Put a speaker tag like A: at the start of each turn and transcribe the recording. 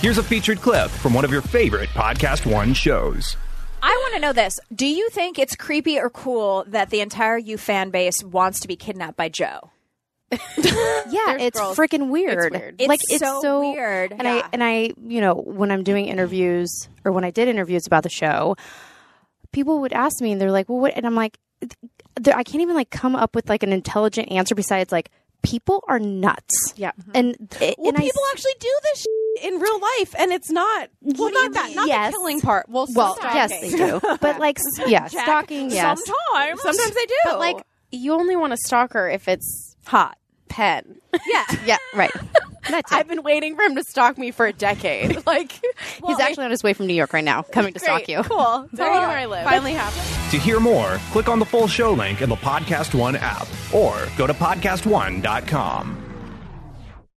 A: Here's a featured clip from one of your favorite Podcast One shows.
B: I want to know this. Do you think it's creepy or cool that the entire you fan base wants to be kidnapped by Joe?
C: yeah,
D: There's
C: it's
D: girls-
C: freaking weird.
D: it's weird.
B: It's
C: like it's
B: so
C: so,
B: weird,
C: And
B: yeah.
C: I and I, you know, when I'm doing interviews or when I did interviews about the show, people would ask me and they're like, "Well, what?" And I'm like, th- th- "I can't even like come up with like an intelligent answer besides like people are nuts."
D: Yeah. Mm-hmm.
C: And it-
D: Well,
C: and I
D: people actually do this shit in real life, and it's not well, not that, not
C: Yes.
D: the killing part. Well,
C: well,
D: stalking.
C: yes, they do. But like, s- yeah, stalking, yes.
B: Sometimes.
D: Sometimes they do.
B: But,
D: like,
B: like,
D: you only want to stalk her if it's
B: Hot.
D: pen. Yeah,
C: Yeah, right. That's it.
D: I've been waiting for him to stalk me for a decade. Like,
C: He's actually on his way from New York right now, coming to stalk you.
D: Cool. There you I live. Finally happened.
A: To hear more, click on the full show link in the Podcast One app or go to podcastone.com.